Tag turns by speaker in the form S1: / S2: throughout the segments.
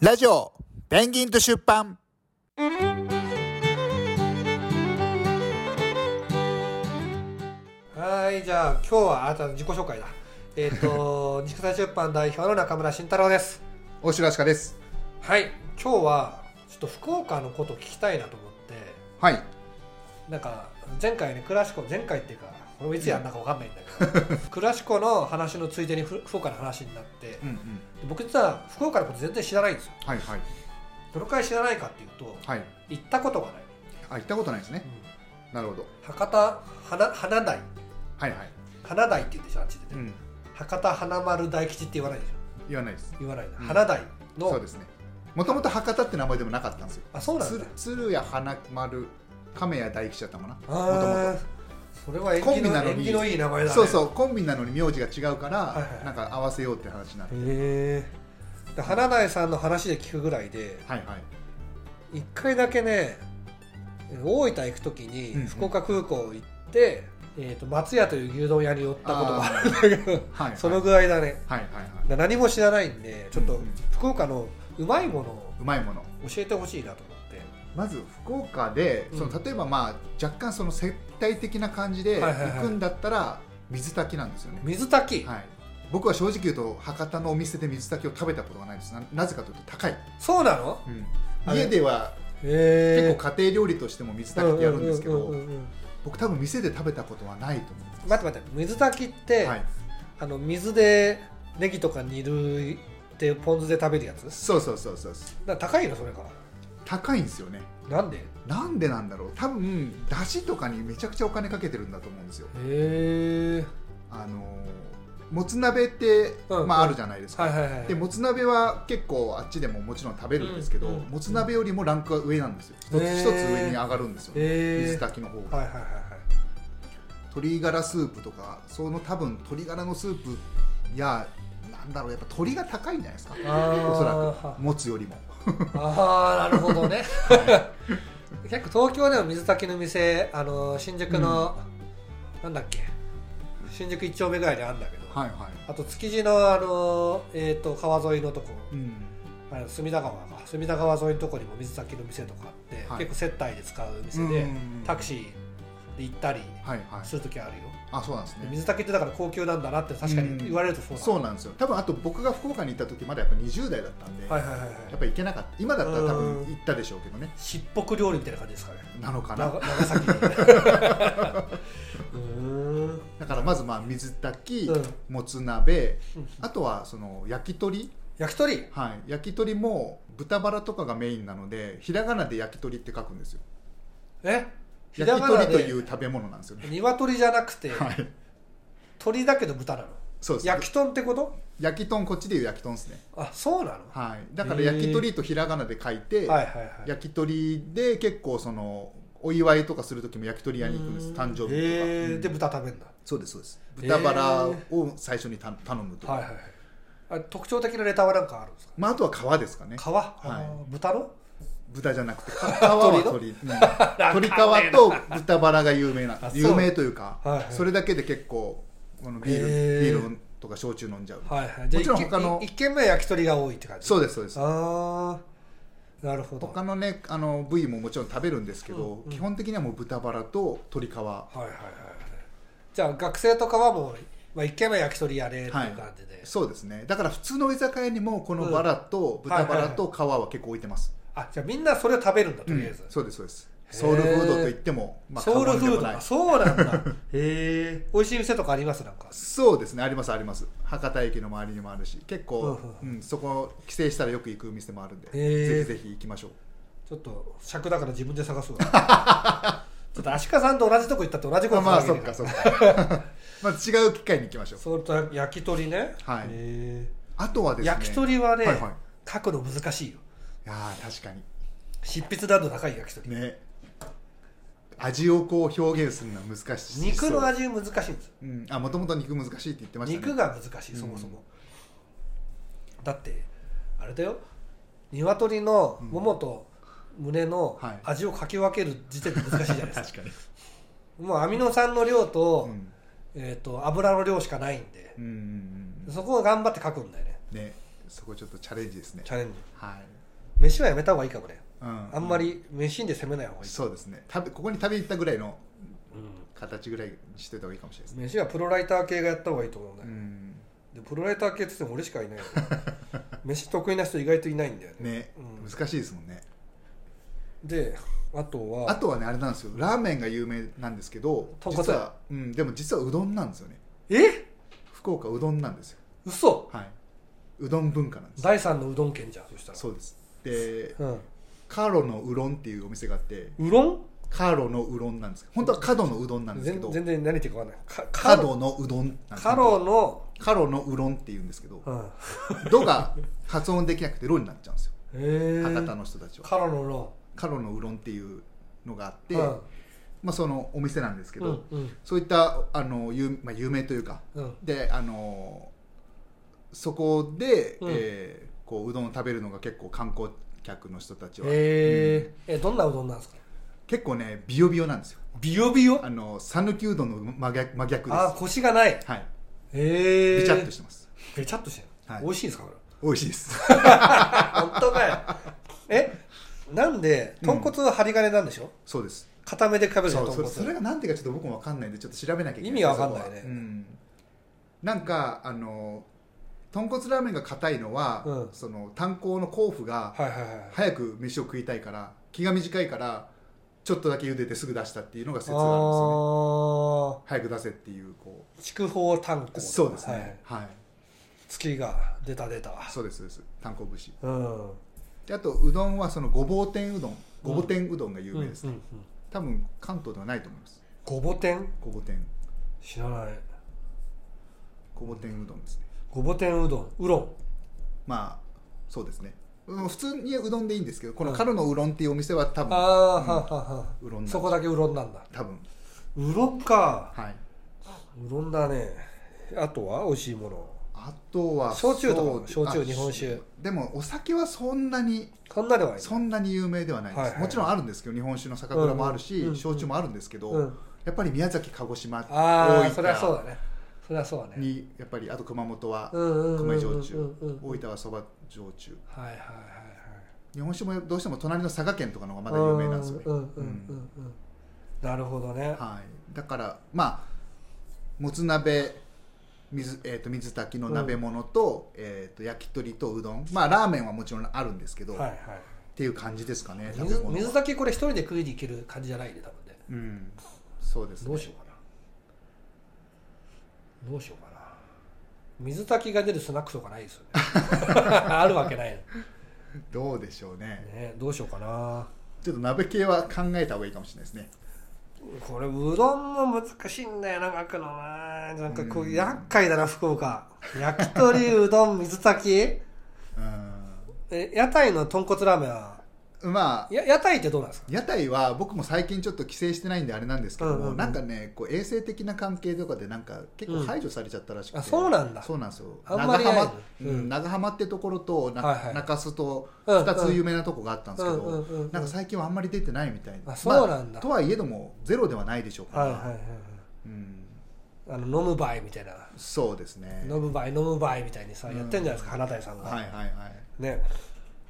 S1: ラジオペンギンと出版
S2: はいじゃあ今日はあなたの自己紹介だえっ、 と西葛西出版代表の中村慎太郎です
S3: 大城明です
S2: はい今日はちょっと福岡のことを聞きたいなと思って
S3: はい
S2: なんか前回ねクラシコ前回っていうかこれもいつやんなかわかんないんだけど、クラシコの話のついでにふ福岡の話になって、で
S3: うんうん
S2: 僕実は福岡のこと全然知らないんですよ
S3: はいはい
S2: どのくらい知らないかっていうと
S3: はい
S2: 行ったことがない、
S3: あ行ったことないですねなるほど
S2: 博多花花台
S3: はいはい
S2: 花台って言うんでしょあっちでね、
S3: ん
S2: 博多花丸大吉って言わないでしょ
S3: 言わないです
S2: 言わないな、
S3: うん
S2: 花台の
S3: そうですねもともと博多って名前でもなかったんですよ
S2: あそうなんだ
S3: 鶴鶴屋花丸亀屋大吉だったもんな
S2: あーそれは縁
S3: コ
S2: 起
S3: ンビ
S2: の
S3: なのに
S2: 縁起のいい名前だね
S3: そう
S2: う
S3: そうコンビなのに名字が違うから、
S2: はいはいはい
S3: なんか合わせようって話になる
S2: へえで花苗さんの話で聞くぐらいで
S3: はいはい
S2: 一回だけね大分行く時
S3: うんう
S2: に
S3: ん
S2: 福岡空港行って、えー、と松屋という牛丼屋に寄ったことがあ
S3: あ
S2: るんだけど
S3: ーはいはい
S2: そのぐらいだね
S3: はいはいはい
S2: だ何も知らないんでちょっ
S3: う
S2: と
S3: んうん
S2: 福岡のうまいものを
S3: うまいもの
S2: 教えてほしいなと思って
S3: まず福岡でそ
S2: うん
S3: の例えばまあ若干その接待的な感じで
S2: はいはいはい
S3: 行くんだったら水炊きなんですよね
S2: 水炊き、
S3: はい、僕は正直言うと博多のお店で水炊きを食べたことがないですななぜかというと高い、
S2: そうなのあれ
S3: 家では
S2: へ
S3: 結
S2: え
S3: 構家庭料理としても水炊きってやるんですけ
S2: うう
S3: ど
S2: んうんうんうん
S3: 僕多分店で食べたことはないと思うんです
S2: 待って待って水炊きって、
S3: はい、
S2: あの水でネギとか煮るってポン酢で食べるやつだか
S3: そうそうそうそう
S2: ら高いのそれが
S3: 高いんですよね
S2: なんでへ
S3: なんでなんだろう多分だしとかにめちゃくちゃお金かけてるんだと思うんですよ
S2: え
S3: あのーもつ鍋って、
S2: うん
S3: まあ、あるじゃないですか、
S2: はいはいはい
S3: でもつ鍋は結構あっちでももちろん食べるんですけど、
S2: うんうん
S3: もつ鍋よりもランクが上なんですよ一つ
S2: へー
S3: 一つ上に上がるんですよ、
S2: へー
S3: 水炊きの方が、
S2: はいはいはいはい
S3: 鶏ガラスープとかその多分鶏ガラのスープやなんだろうやっぱ鶏が高いんじゃないですか
S2: あー
S3: おそらくもつよりも
S2: ああなるほ どね結構東京でも水炊きの店あの新宿の、なんだっけ新宿一丁目ぐらいにあるんだけど、
S3: いは
S2: あと築地のあの、えー、と川沿いのとこ
S3: いうん
S2: あの隅田川か隅田川沿いのとこにも水炊きの店とかあって、
S3: はい
S2: 結構接待で使う店で、
S3: うん
S2: タクシーで行ったり
S3: はいはい
S2: する時あるよ、
S3: あそうなんです
S2: で
S3: ね
S2: 水炊きってだから高級なんだなって確かに言われるとそうだ、
S3: そうなんですよ多分あと僕が福岡に行った時まだやっぱ20代だったんで、
S2: はいはいはい
S3: やっ
S2: はい
S3: ぱ行けなかった今だったら多
S2: うん
S3: 分行ったでしょうけどね
S2: しっぽく料理みたいな感じですかね
S3: なのかな
S2: 長 長崎うーん
S3: だからまずまあ水炊き、
S2: うん
S3: もつ鍋あとはその焼き鳥
S2: 焼き鳥
S3: はい、焼き鳥も豚バラとかがメインなのでひらがなで焼き鳥って書くんですよ
S2: え
S3: 焼き鳥というう食べ物なんですよね
S2: 鶏じゃなくて、
S3: はい
S2: 鳥だけど豚なの
S3: そうです
S2: 焼き豚ってこと
S3: 焼き豚こっちでいう焼き豚ですね、
S2: あそうなの、
S3: はい、だから
S2: へー
S3: 焼き鳥とひらがなで書いて、
S2: はいはいはい
S3: 焼き鳥で結構そのお祝いとかする時も焼き鳥屋に行くんです
S2: うー
S3: 誕生日とか、
S2: へ
S3: う
S2: ー
S3: ん
S2: で豚食べるんだ、
S3: そうですそうです
S2: へー
S3: 豚バラを最初にた頼むとか、
S2: はいはいはいあ特徴的なネタは何かあるんですか
S3: まあ、あとは皮ですかね
S2: 皮、あー豚の
S3: 豚じゃなくて皮は鳥、うん、 鶏皮と豚バラが有名な
S2: あそう
S3: 有名というか、
S2: はいはい
S3: それだけで結構このビール、
S2: へー
S3: ビールとか焼酎飲んじゃう、
S2: はいはいじゃあ
S3: もちろん他の
S2: 一軒一軒目は焼き鳥が多いって感じ
S3: そうですそうです
S2: ああなるほど
S3: 他のねあの部位ももちろん食べるんですけど、
S2: うんうん
S3: 基本的にはもう豚バラと鶏皮
S2: はいはいはいじゃあ学生とかはもう、まあ、一軒目は焼き鳥やれっていう
S3: はい
S2: 感じで、
S3: そうですねだから普通の居酒屋にもこのバラと
S2: うん
S3: 豚バラと皮は結構置いてます、
S2: あじゃあみんなそれを食べるんだとりあえず
S3: うん、そうですそうです
S2: へー
S3: ソウルフードといっても、
S2: ソウル
S3: 過言で
S2: フー
S3: も
S2: ド
S3: ない
S2: だそうな んだへえ美味しい店とかありますなんか
S3: そうですねありますあります博多駅の周りにもあるし結構、
S2: う
S3: うんそこ帰省したらよく行く店もあるんで
S2: へー
S3: ぜひぜひ行きましょう
S2: ちょっと尺だから自分で探 すわちょっと足利さんと同じとこ行ったって同じこと
S3: まあ
S2: 考
S3: そ
S2: え
S3: ってか
S2: る
S3: そっか まあ違う機会に行きましょう
S2: そうと焼き鳥ね、
S3: はい
S2: へ
S3: あとは
S2: ー
S3: ですね
S2: 焼き鳥はね、
S3: はいはい
S2: 書くの難しいよ
S3: いやー確か
S2: 執筆難度高い焼き鳥、
S3: にね味をこう表現するのは難しい
S2: 肉の
S3: 味、
S2: 味難しいんです
S3: うん、あもともと肉難しいって言ってましたね
S2: 肉が難しい
S3: うん
S2: そもそも、だってあれだよ鶏のももと胸の
S3: はい
S2: 味をかき分ける時点で難しいじゃないですか
S3: 確かに
S2: もうアミノ酸の量と,、
S3: うん
S2: えー、と油の量しかないんで
S3: うんうんうん
S2: そこを頑張って書くんだよね
S3: ねそこちょっとチャレンジですね
S2: チャレンジ
S3: はい、
S2: 飯はやめた方がいいかもね
S3: うん
S2: あんまり飯で攻めない方がいい、
S3: そうですね食べここに食べ行ったぐらいの
S2: う
S3: 形ぐらいにしといた方がいいかもしれないです
S2: ん、
S3: ね
S2: 飯はプロライター系がやった方がいいと思うんだ
S3: う
S2: よ、
S3: ん
S2: でプロライター系って言っても俺しかいないよ 飯得意な人意外といないんだよね
S3: ね、
S2: うん
S3: 難しいですもんね
S2: であとは
S3: あとはねあれなんですよラーメンが有名なんですけど
S2: 豚骨
S3: 実は、うん、でも実はうどんなんですよね
S2: え
S3: 福岡うどんなんですよ
S2: 嘘
S3: はいうどん文化なんです
S2: 第三のうどん県じゃんそしたら
S3: そうですで
S2: う、
S3: カーロのうろんっていうお店があって
S2: ん、うろん
S3: カーロのうろんなんです本当は角のうどんなんですけ
S2: 全
S3: ど
S2: 全然何言ってるか分かんないか
S3: 角のうどんなんです
S2: カロの、
S3: カロのうろんって言うんですけ ど
S2: うん、
S3: 「ど」が発音できなくて「ロ」になっちゃうんですよ
S2: えー、
S3: 博多の人たちは
S2: カロのうろ
S3: カロのうろんっていうのがあっ
S2: ん
S3: て、
S2: うん
S3: まあ、そのお店なんですけ
S2: う
S3: ど、
S2: んうん
S3: そういったあの有,、まあ、有名というか
S2: うん
S3: であのそこで、
S2: うん
S3: えーこううどんを食べるのが結構観光客の人たちは、
S2: えーえどんなうどんなんですか
S3: 結構ねビヨビヨなんですよ
S2: ビヨビヨ
S3: あの讃岐うどんの真逆真逆です
S2: あ腰がない
S3: はい
S2: ええー、
S3: べちゃっとしてます、
S2: てべちゃっとしてる、
S3: はい
S2: 美味しいんですかこれ
S3: 美味しいです
S2: 本 当かよえなんで豚骨は針金なんでしょ、
S3: そうです
S2: 固めで食べるじゃ
S3: そ
S2: ん
S3: うそ
S2: 豚
S3: れそれ
S2: 骨
S3: がなんていうかちょっと僕も分かんないんでちょっと調べなきゃいけない
S2: 意味わかんないね
S3: そこはうん、なんかあの豚骨ラーメンが硬いのは、
S2: うん
S3: その炭鉱の甲府が
S2: はいはいはい
S3: 早く飯を食いたいから気が短いからちょっとだけ茹でてすぐ出したっていうのが説があるんですよね
S2: あ
S3: 早く出せっていうこ
S2: あ筑豊炭鉱
S3: うそうです
S2: はい
S3: ねはい、
S2: 月が出た出た
S3: そうですそうです炭鉱節
S2: うん
S3: であとうどんはそのごぼう天うどんごぼ天うどんが有名です、
S2: うんうんうん
S3: 多分関東ではないと思います
S2: ごぼ天
S3: ごぼ天
S2: 知らない
S3: ごぼ天うどんですね
S2: ごぼ天うどんうろん
S3: まあそうですねうん普通にうどんでいいんですけどこのカロのうどんっていうお店は多
S2: あ
S3: 分
S2: あ、はんはんはん
S3: うろんなんです
S2: そこだけうろんなんだ
S3: 多分
S2: うろんか
S3: はいう
S2: ろんだねあとは美味しいもの
S3: あとは
S2: 焼酎とかも
S3: そう
S2: 焼酎
S3: あ
S2: 日本酒
S3: でもお酒はそんなに
S2: そんなではいい
S3: そんなに有名ではないです、
S2: はいはい
S3: もちろんあるんですけど日本酒の酒蔵もあるし、
S2: うんうん
S3: 焼酎もあるんですけど、
S2: うん
S3: やっぱり宮崎鹿児島
S2: あ
S3: 大
S2: あそれはそうだ
S3: 分
S2: ねそれはそうだね
S3: にやっぱりあと熊本は
S2: うんうんうんうん
S3: 米
S2: うんうん
S3: 焼酎大分はそば焼酎
S2: はいはいはいはい
S3: 日本酒もどうしても隣の佐賀県とかの方がまだ有名なんですよね、
S2: うんうんうんうんうんなるほどね
S3: はい、だからまあもつ鍋水,、えー、と水炊きの鍋物と,、えー、と焼き鳥とうどんまあラーメンはもちろんあるんですけど、
S2: はいは
S3: っ
S2: い
S3: ていう感じですかね食べ
S2: 水
S3: 物は
S2: 水炊きこれ一人で食いに行ける感じじゃないね多分ね
S3: うんそうですね
S2: どうしようかなどうしようかな水炊きが出るスナックとかないです よねあるわけないね
S3: どうでしょうね
S2: ねどうしようかな
S3: ちょっと鍋系は考えた方がいいかもしれないですね
S2: これうどんも難しいんだよな書くのななんかこ
S3: う
S2: うん厄介だな福岡焼き鳥うどん水炊きえ屋台の豚骨ラーメンは
S3: うんまあ
S2: や屋台ってどうなんですか
S3: 屋台は僕も最近ちょっと規制してないんであれなんですけども、
S2: うんうんうん
S3: なんかねこう衛生的な関係とかでなんか結構排除されちゃったらしくて、
S2: うんあそうなんだ
S3: そうなんですよ
S2: あんまり
S3: 長
S2: ない
S3: 浜,うん、
S2: うん
S3: 長浜ってところとな、
S2: はいはい
S3: 中洲と
S2: うんうん
S3: 2つ有名なとこがあったんですけど、
S2: うんうんうんうん
S3: なんか最近はあんまり出てないみたいな
S2: あそうなん
S3: ま
S2: だ
S3: あとはいえどもゼロではないでしょうから、
S2: はいはいはいはい
S3: うん、
S2: あの飲む場合みたいな
S3: そうですね
S2: 飲む場合飲む場合みたいにさ
S3: うん
S2: やってんじゃないですか花大さんが
S3: はいはいはい
S2: ね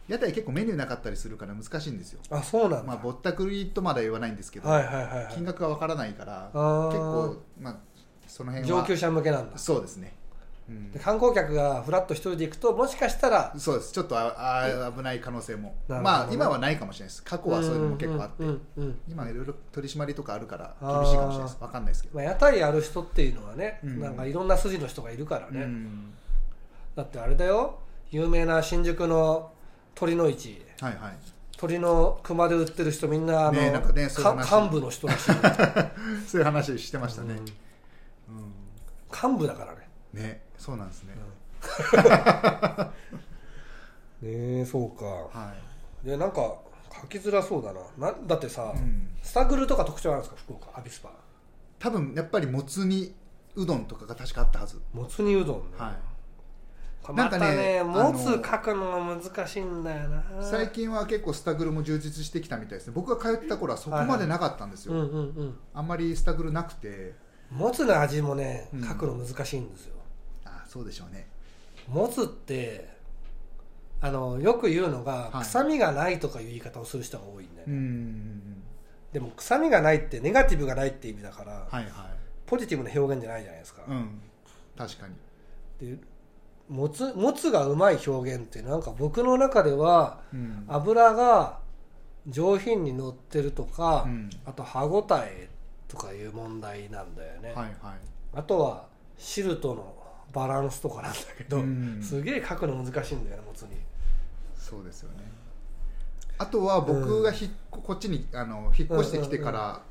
S3: 屋台結構メニューなかったりするから難しいんですよ
S2: あそうなん
S3: ま
S2: だ
S3: あぼったくりとまだ言わないんですけど、
S2: はいはいはいはい
S3: 金額がわからないから
S2: あー
S3: 結構まあその辺は
S2: 上級者向けなんだ
S3: そうですね、うん
S2: で観光客がフラッと一人で行くともしかしたら
S3: そうですちょっとああ危ない可能性も、
S2: なるほどね
S3: まあ今はないかもしれないです過去はそういうのも結構あって、
S2: うんうんうんうん
S3: 今いろいろ取り締まりとかあるから
S2: あー
S3: 厳しいかもしれないですわかんないですけど、
S2: まあ、屋台やる人っていうのはね、
S3: うん
S2: なんかいろんな筋の人がいるからね、
S3: うん
S2: だってあれだよ有名な新宿の鳥の市
S3: はいはい
S2: 鳥の熊で売ってる人みんなあの
S3: ねえなんかねそういう 話
S2: か幹部の人らしいよ、
S3: そういう話してましたね、
S2: うん幹部だからね
S3: ねそうなんですね、
S2: ねえそうか
S3: はい
S2: でなんか書きづらそうだななだってさ、
S3: うん
S2: スタグルとか特徴あるんですか福岡アビスパ
S3: 多分やっぱりもつ煮うどんとかが確かあったはず、
S2: もつ煮うどん、ね
S3: はい
S2: これ
S3: な
S2: ま
S3: んか
S2: た
S3: ね
S2: ね
S3: あ
S2: も
S3: の
S2: つ書くのが難しいんだよな
S3: 最近は結構スタグルも充実してきたみたいですね僕が通ってた頃はそこまでなかったんですよ、
S2: うんうんうん
S3: あんまりスタグルなくて
S2: もつの味もね
S3: うん
S2: 書くの難しいんですよ、
S3: ああそうでしょうね
S2: もつってあのよく言うのが、
S3: はい
S2: 臭みがないとかいう言い方をする人が多いんだよ
S3: う
S2: ね、
S3: ん
S2: でも臭みがないってネガティブがないって意味だから、
S3: はいは
S2: ポジティブな表現じゃないじゃないですか、
S3: いうん確かに
S2: でもつもつがうまい表現ってなんか僕の中では
S3: うん
S2: 油が上品に乗ってるとか、
S3: うん
S2: あと歯ごたえとかいう問題なんだよね、
S3: はいはい
S2: あとは汁とのバランスとかなんだけど、
S3: うん
S2: すげえ書くの難しいんだよねもつに
S3: そうですよねあとは僕がひっここっちにあの引っ越してきてから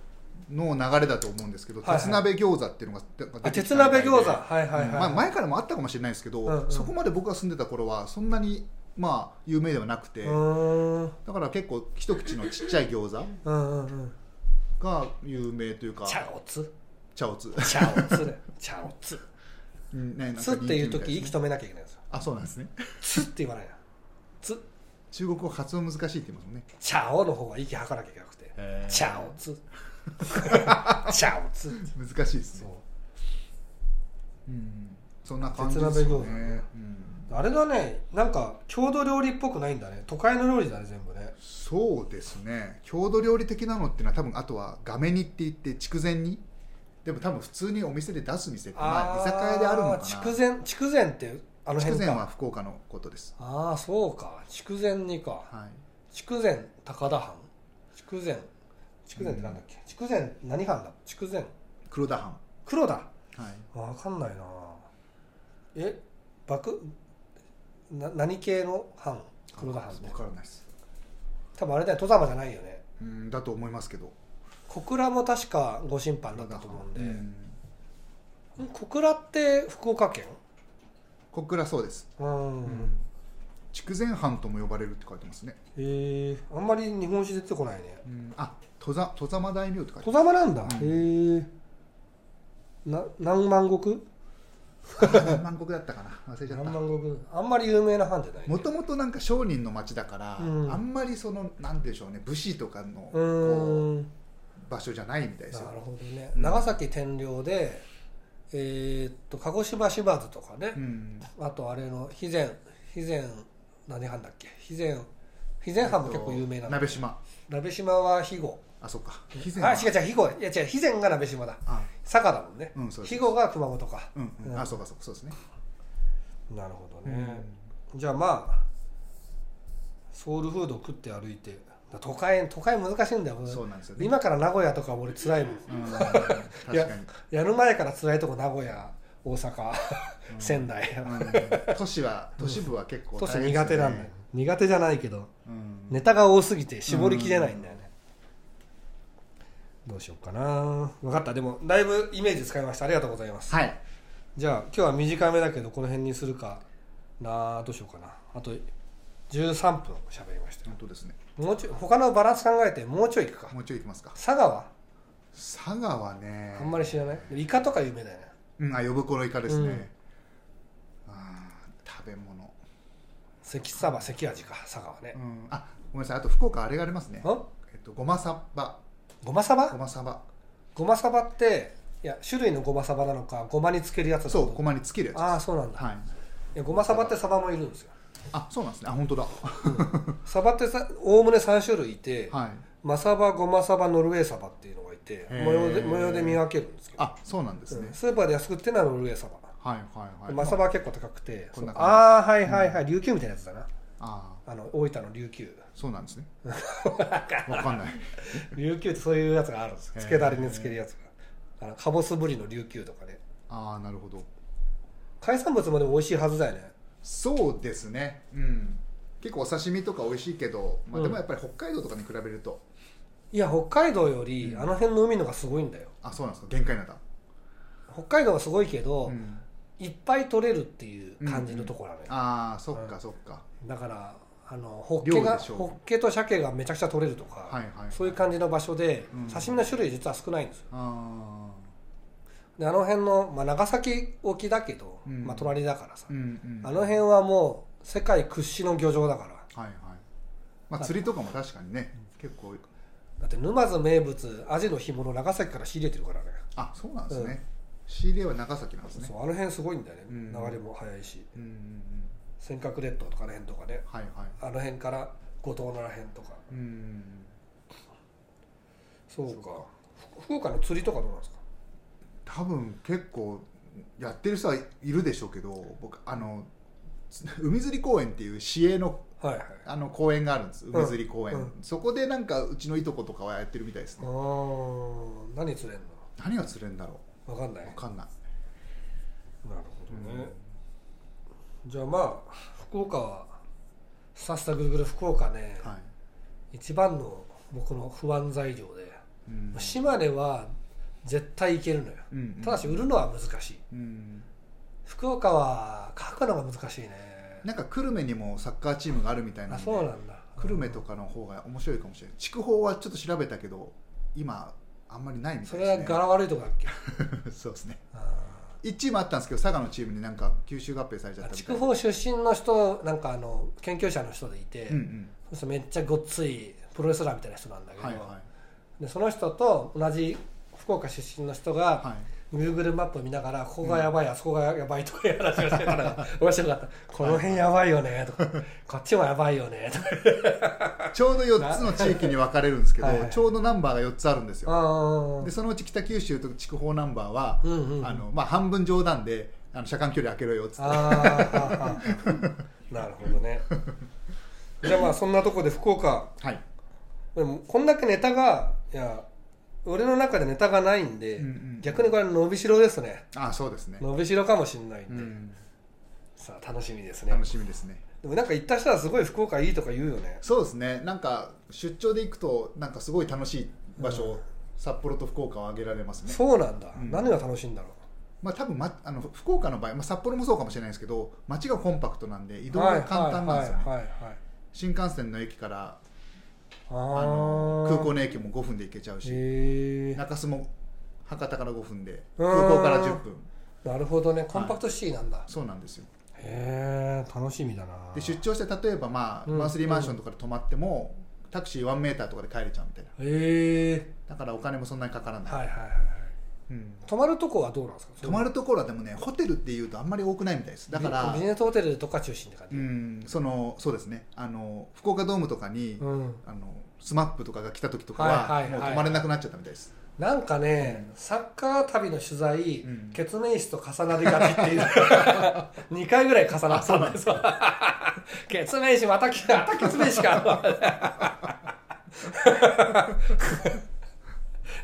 S3: の流れだと思うんですけど、
S2: はいはい
S3: 鉄鍋餃子っていうのが出てきたみた
S2: あ
S3: いで
S2: 鉄鍋餃子はいはいはい、
S3: まあ、前からもあったかもしれないですけど、
S2: うんうん
S3: そこまで僕が住んでた頃はそんなにまあ有名ではなくて、
S2: うーん
S3: だから結構一口のちっちゃい餃子
S2: うんうんうん
S3: が有名というか
S2: チャオツ
S3: チャオツ、
S2: チャオツでチャオツ
S3: うんねなんか
S2: ツっていう
S3: 人気みた
S2: 時
S3: い
S2: 息
S3: ですね
S2: 止めなきゃいけないんですよ
S3: あそうなんですね
S2: ツって言わないなツ
S3: 中国語発音難しいって言いますもんね
S2: チャオの方は息吐かなきゃいけなくて
S3: へー
S2: チャオ ツチャオツ
S3: 難しいです
S2: そ
S3: ね
S2: う
S3: うんそんな感じです
S2: 鉄
S3: よ
S2: 鍋餃
S3: ね
S2: 子、
S3: うん
S2: あれだねなんか郷土料理っぽくないんだね都会の料理だね全部ね
S3: そうですね郷土料理的なのっていうのは多分あとは画面にって言って筑前煮でも多分普通にお店で出す店ってまあ居酒屋であるのかな
S2: 筑前筑前ってあの
S3: 筑
S2: 辺
S3: 前は
S2: か
S3: 福岡のことです
S2: ああそうか筑前にか
S3: はい
S2: 筑前高田藩筑前筑前ってなんだっけ、筑前何藩だ筑前
S3: 黒田藩
S2: 黒田
S3: はい
S2: わかんないなえ幕な何系の藩黒田藩って
S3: 分からないです
S2: 多分あれだよ戸様じゃないよね
S3: うんだと思いますけど
S2: 小倉も確かご審判だったと思うんで、
S3: うん
S2: ん小倉って福岡県
S3: 小倉そうです
S2: うん、
S3: 筑前藩とも呼ばれるって書いてますね、
S2: へえあんまり日本史出てこないね
S3: うん、あ戸ざ戸様大名って書いて
S2: 戸様なんだ、
S3: う
S2: へえな何万石
S3: ます南国だったかな 忘れちゃっ
S2: 何
S3: た
S2: 万石あんまり有名な藩じゃないね
S3: もともとなんか商人の町だから、
S2: うん
S3: あんまりそのなんでしょうね武士とかの
S2: う
S3: こう
S2: ーん
S3: 場所じゃないみたいですよ
S2: なるほどね、
S3: うん
S2: 長崎天領でえーっと鹿児島島津とかね
S3: う、ん
S2: あとあれの肥前肥前何藩だっけ肥前肥前藩も結構有名なの、
S3: 鍋島
S2: 鍋島は肥後
S3: あそっか
S2: あ違う
S3: 肥
S2: 違う
S3: 前は
S2: 肥後いや違う肥前が鍋島だ
S3: あ
S2: 佐賀だもんね
S3: うんそうです
S2: 肥後が熊本か
S3: うん、うん
S2: うん
S3: あそうかそうかそうですね、
S2: なるほどね、じゃあまあソウルフード食って歩いて都会都会難しいんだよ
S3: そうなんですよね
S2: 今から名古屋とか俺辛いもん
S3: うん、 確かに、
S2: やる前から辛いとこ名古屋大阪、 仙台、
S3: うん、都市は都市部は結構
S2: 都市
S3: 大変ですよ
S2: 苦手なんだよ、苦手じゃないけど
S3: うん
S2: ネタが多すぎて絞りきれないんだよね、どうしようかな分かったでもだいぶイメージ使いましたありがとうございます
S3: はい
S2: じゃあ今日は短めだけどこの辺にするかなどうしようかなあと13分喋りましたよ
S3: 本当ですね
S2: もうちょい他のバランス考えてもうちょいいくか
S3: もうちょい行きますか
S2: 佐賀は
S3: 佐賀はね
S2: あんまり知らないイカとか有名だよね
S3: うん、あ呼ぶこのイカですね、あー食べ物、
S2: 関サバ関味か佐賀はね
S3: う、ん、あごめんなさいあと福岡あれがありますね
S2: ん
S3: えっとごまさば
S2: ごまサ
S3: ご
S2: バ
S3: まさば
S2: ごまサバっていや種類のごまサバなのかごまにつけるやつだと
S3: そ
S2: 思
S3: うごまにつけるやつです
S2: ああそうなんだ、
S3: はい
S2: いやごまサバってサバもいるんですよ
S3: あそうなんですねあ本 当だ
S2: サバってさおおむね3種類いて、
S3: はい
S2: マサバゴマサバノルウェーサバっていうのがいて
S3: へー
S2: 模様で模様で見分けるんですけど
S3: あそうなんですね、
S2: スーパーで安く売ってるのはノルウェーサバ
S3: はいはいはい
S2: マサバは結構高くて
S3: こんな感じ
S2: ああーはいはいはい、琉球みたいなやつだな
S3: ああ
S2: あの大分の琉球
S3: そうなんですね わかんない
S2: 琉球ってそういうやつがあるんですよ
S3: へー
S2: つけだれにつけるやつがあのかぼすぶりの琉球とかね
S3: ああなるほど
S2: 海産物もでも美味しいはずだよね
S3: そうですねうん結構お刺身とか美味しいけど、まあ、
S2: うん
S3: でもやっぱり北海道とかに比べると、
S2: いや北海道よりあの辺の海のがすごいんだよ
S3: あそうなんですか限界なんだ、
S2: 北海道はすごいけど、
S3: うん、
S2: いっぱい取れるっていう感じのところなのよ、
S3: ああそっかそっか、
S2: だからあのホッケ
S3: 量
S2: が
S3: でしょう
S2: ホッケと鮭がめちゃくちゃ取れるとか、
S3: はいはい
S2: そういう感じの場所で、
S3: うん
S2: 刺身の種類実は少ないんですよ
S3: あ
S2: であの辺の、まあ、長崎沖だけど、
S3: うん
S2: まあ、隣だからさ、
S3: あうんうん
S2: あの辺はもう世界屈指の漁場だから
S3: はいはい、まあ、釣りとかも確かにね結構
S2: だって沼津名物アジの干物長崎から仕入れてるからね
S3: あそうなんですね、仕入れは長崎なんですね
S2: そうあの辺すごいんだよね、
S3: うん
S2: 流れも速いし
S3: うんうんうん
S2: 尖閣列島とかの辺とかね
S3: はいはい
S2: あの辺から五島のら辺とか
S3: うん
S2: そうかふ福岡の釣りとかどうなんですか
S3: 多分結構やってる人はいるでしょうけど僕あのつ海釣り公園っていう市営の
S2: はいはい
S3: あの公園があるんです
S2: ん
S3: 海釣り公園、
S2: うん
S3: そこでなんかうちのいとことかはやってるみたいです
S2: あ
S3: ね、
S2: ー何釣れん
S3: 何が釣れるんだろ
S2: のわかんないう
S3: 分かんない
S2: なるほどね、じゃあまあ福岡はさっさぐるぐる福岡ね、
S3: はい
S2: 一番の僕の不安材料で、
S3: うん
S2: 島根は絶対行けるのよ、
S3: うんうん
S2: ただし売るのは難しい
S3: うん
S2: 福岡は書くのが難しいね
S3: なんか久留米にもサッカーチームがあるみたいな
S2: あ
S3: んで
S2: そうなんだ
S3: 久留米とかの方が面白いかもしれない筑豊はちょっと調べたけど今あんまりないみた
S2: そ
S3: いで
S2: れ
S3: す
S2: は
S3: ね
S2: 柄悪いとこだっ け
S3: そうですね
S2: あ
S3: 1チームあったんですけど佐賀のチームになんか吸収合併されちゃったみたい
S2: 筑豊出身の人なんかあの研究者の人でいて、
S3: うん
S2: そしてめっちゃごっついプロレスラーみたいな人なんだ
S3: う
S2: け
S3: ん
S2: ど、
S3: はいは
S2: でその人と同じ福岡出身の人が、
S3: いはい
S2: Google マップを見ながら、ここがやばい、あそこがやばいとかいう話をしてた ら、面白かった。この辺やばいよね、とか、こっちもやばいよね、とか。
S3: ちょうど4つの地域に分かれるんですけど
S2: はいはい
S3: ちょうどナンバーが4つあるんですよ
S2: あ
S3: でそのうち北九州と筑豊ナンバーは、
S2: うんうんうん
S3: あのまあ、半分冗談であの車間距離開けろよっつって
S2: あ ー、なるほどね。じゃあまあそんなとこで福岡、
S3: はい、
S2: でもこんだけネタが、いや、俺の中でネタがないんで、
S3: うんうん
S2: 逆にこれ伸びしろですね。
S3: ああそうですね、
S2: 伸びしろかもしんないんで、
S3: うん、
S2: さあ楽しみですね。
S3: 楽しみですね
S2: でもなんか行った人はすごい福岡いいとか言うよね。
S3: そうですねなんか出張で行くとなんかすごい楽しい場所、札幌と福岡を挙げられますね、
S2: そうなんだ。
S3: うん
S2: 何が楽しいんだろう。
S3: まあ、多分、ま、あの福岡の場合、まあ、札幌もそうかもしれないですけど街がコンパクトなんで移動が簡単なんですよね、
S2: はいはいはいはい
S3: 新幹線の駅から
S2: あ
S3: あの
S2: ー
S3: 空港の駅も5分で行けちゃうし、
S2: へー
S3: 中洲も博多から5分で
S2: うん
S3: 空港から10分
S2: なるほどねコンパクトシティなんだ、
S3: そうなんですよ
S2: へえ楽しみだな
S3: で出張して例えばまあ
S2: うん
S3: マンスリーマンションとかで泊まってもタクシー1メーターとかで帰れちゃうみたいな
S2: へえ
S3: だからお金もそんなにかからない、
S2: はいはいはいはい
S3: うん
S2: 泊まるとこはどうなんですか
S3: 泊まるところはでもねホテルっていうとあんまり多くないみたいですだから
S2: ビビジネスホテルとか中心って感
S3: う
S2: じ
S3: んそのそうですねあの福岡ドームとかに、
S2: うん
S3: あのスマップとかが来た時とか
S2: はい
S3: は
S2: はい
S3: もう
S2: はい
S3: 泊まれなくなっちゃったみたいです、
S2: なんかね、サッカー旅の取材、
S3: うん
S2: 血面師と重なりがちって いう2回ぐらい重なったんですよ 血面師また来たまた血面師か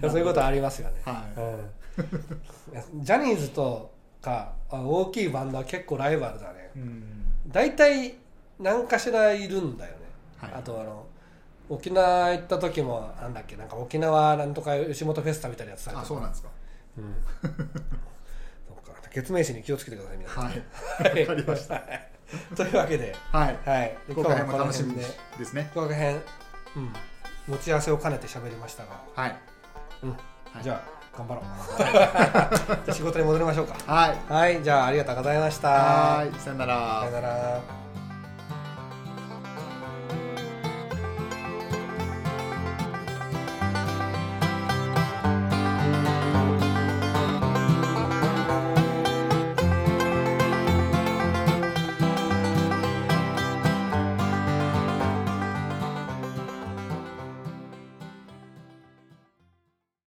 S2: そういうことありますよね、
S3: はい
S2: うん、ジャニーズとかあ大きいバンドは結構ライバルだね
S3: うん
S2: 大体何かしらいるんだよね、
S3: はい
S2: あとあの沖縄行った時もなんだっけなんか沖縄なんとか吉本フェスタみたいなやつさ
S3: あそうなんですか
S2: うん そっか決明誌に気をつけてください皆さん
S3: はい
S2: はい
S3: わかりました
S2: というわけで、
S3: はい
S2: はい、
S3: 福岡編も楽しみ
S2: 今
S3: で
S2: 日は
S3: すで
S2: この辺で
S3: すね
S2: 福岡編、うん、持ち合わせを兼ねて喋りましたが、
S3: はい
S2: うん
S3: い
S2: じゃあ頑張ろう じゃあ仕事に戻りましょうか
S3: はい
S2: はいじゃあありがとうございました
S3: はいさよなら
S2: さよなら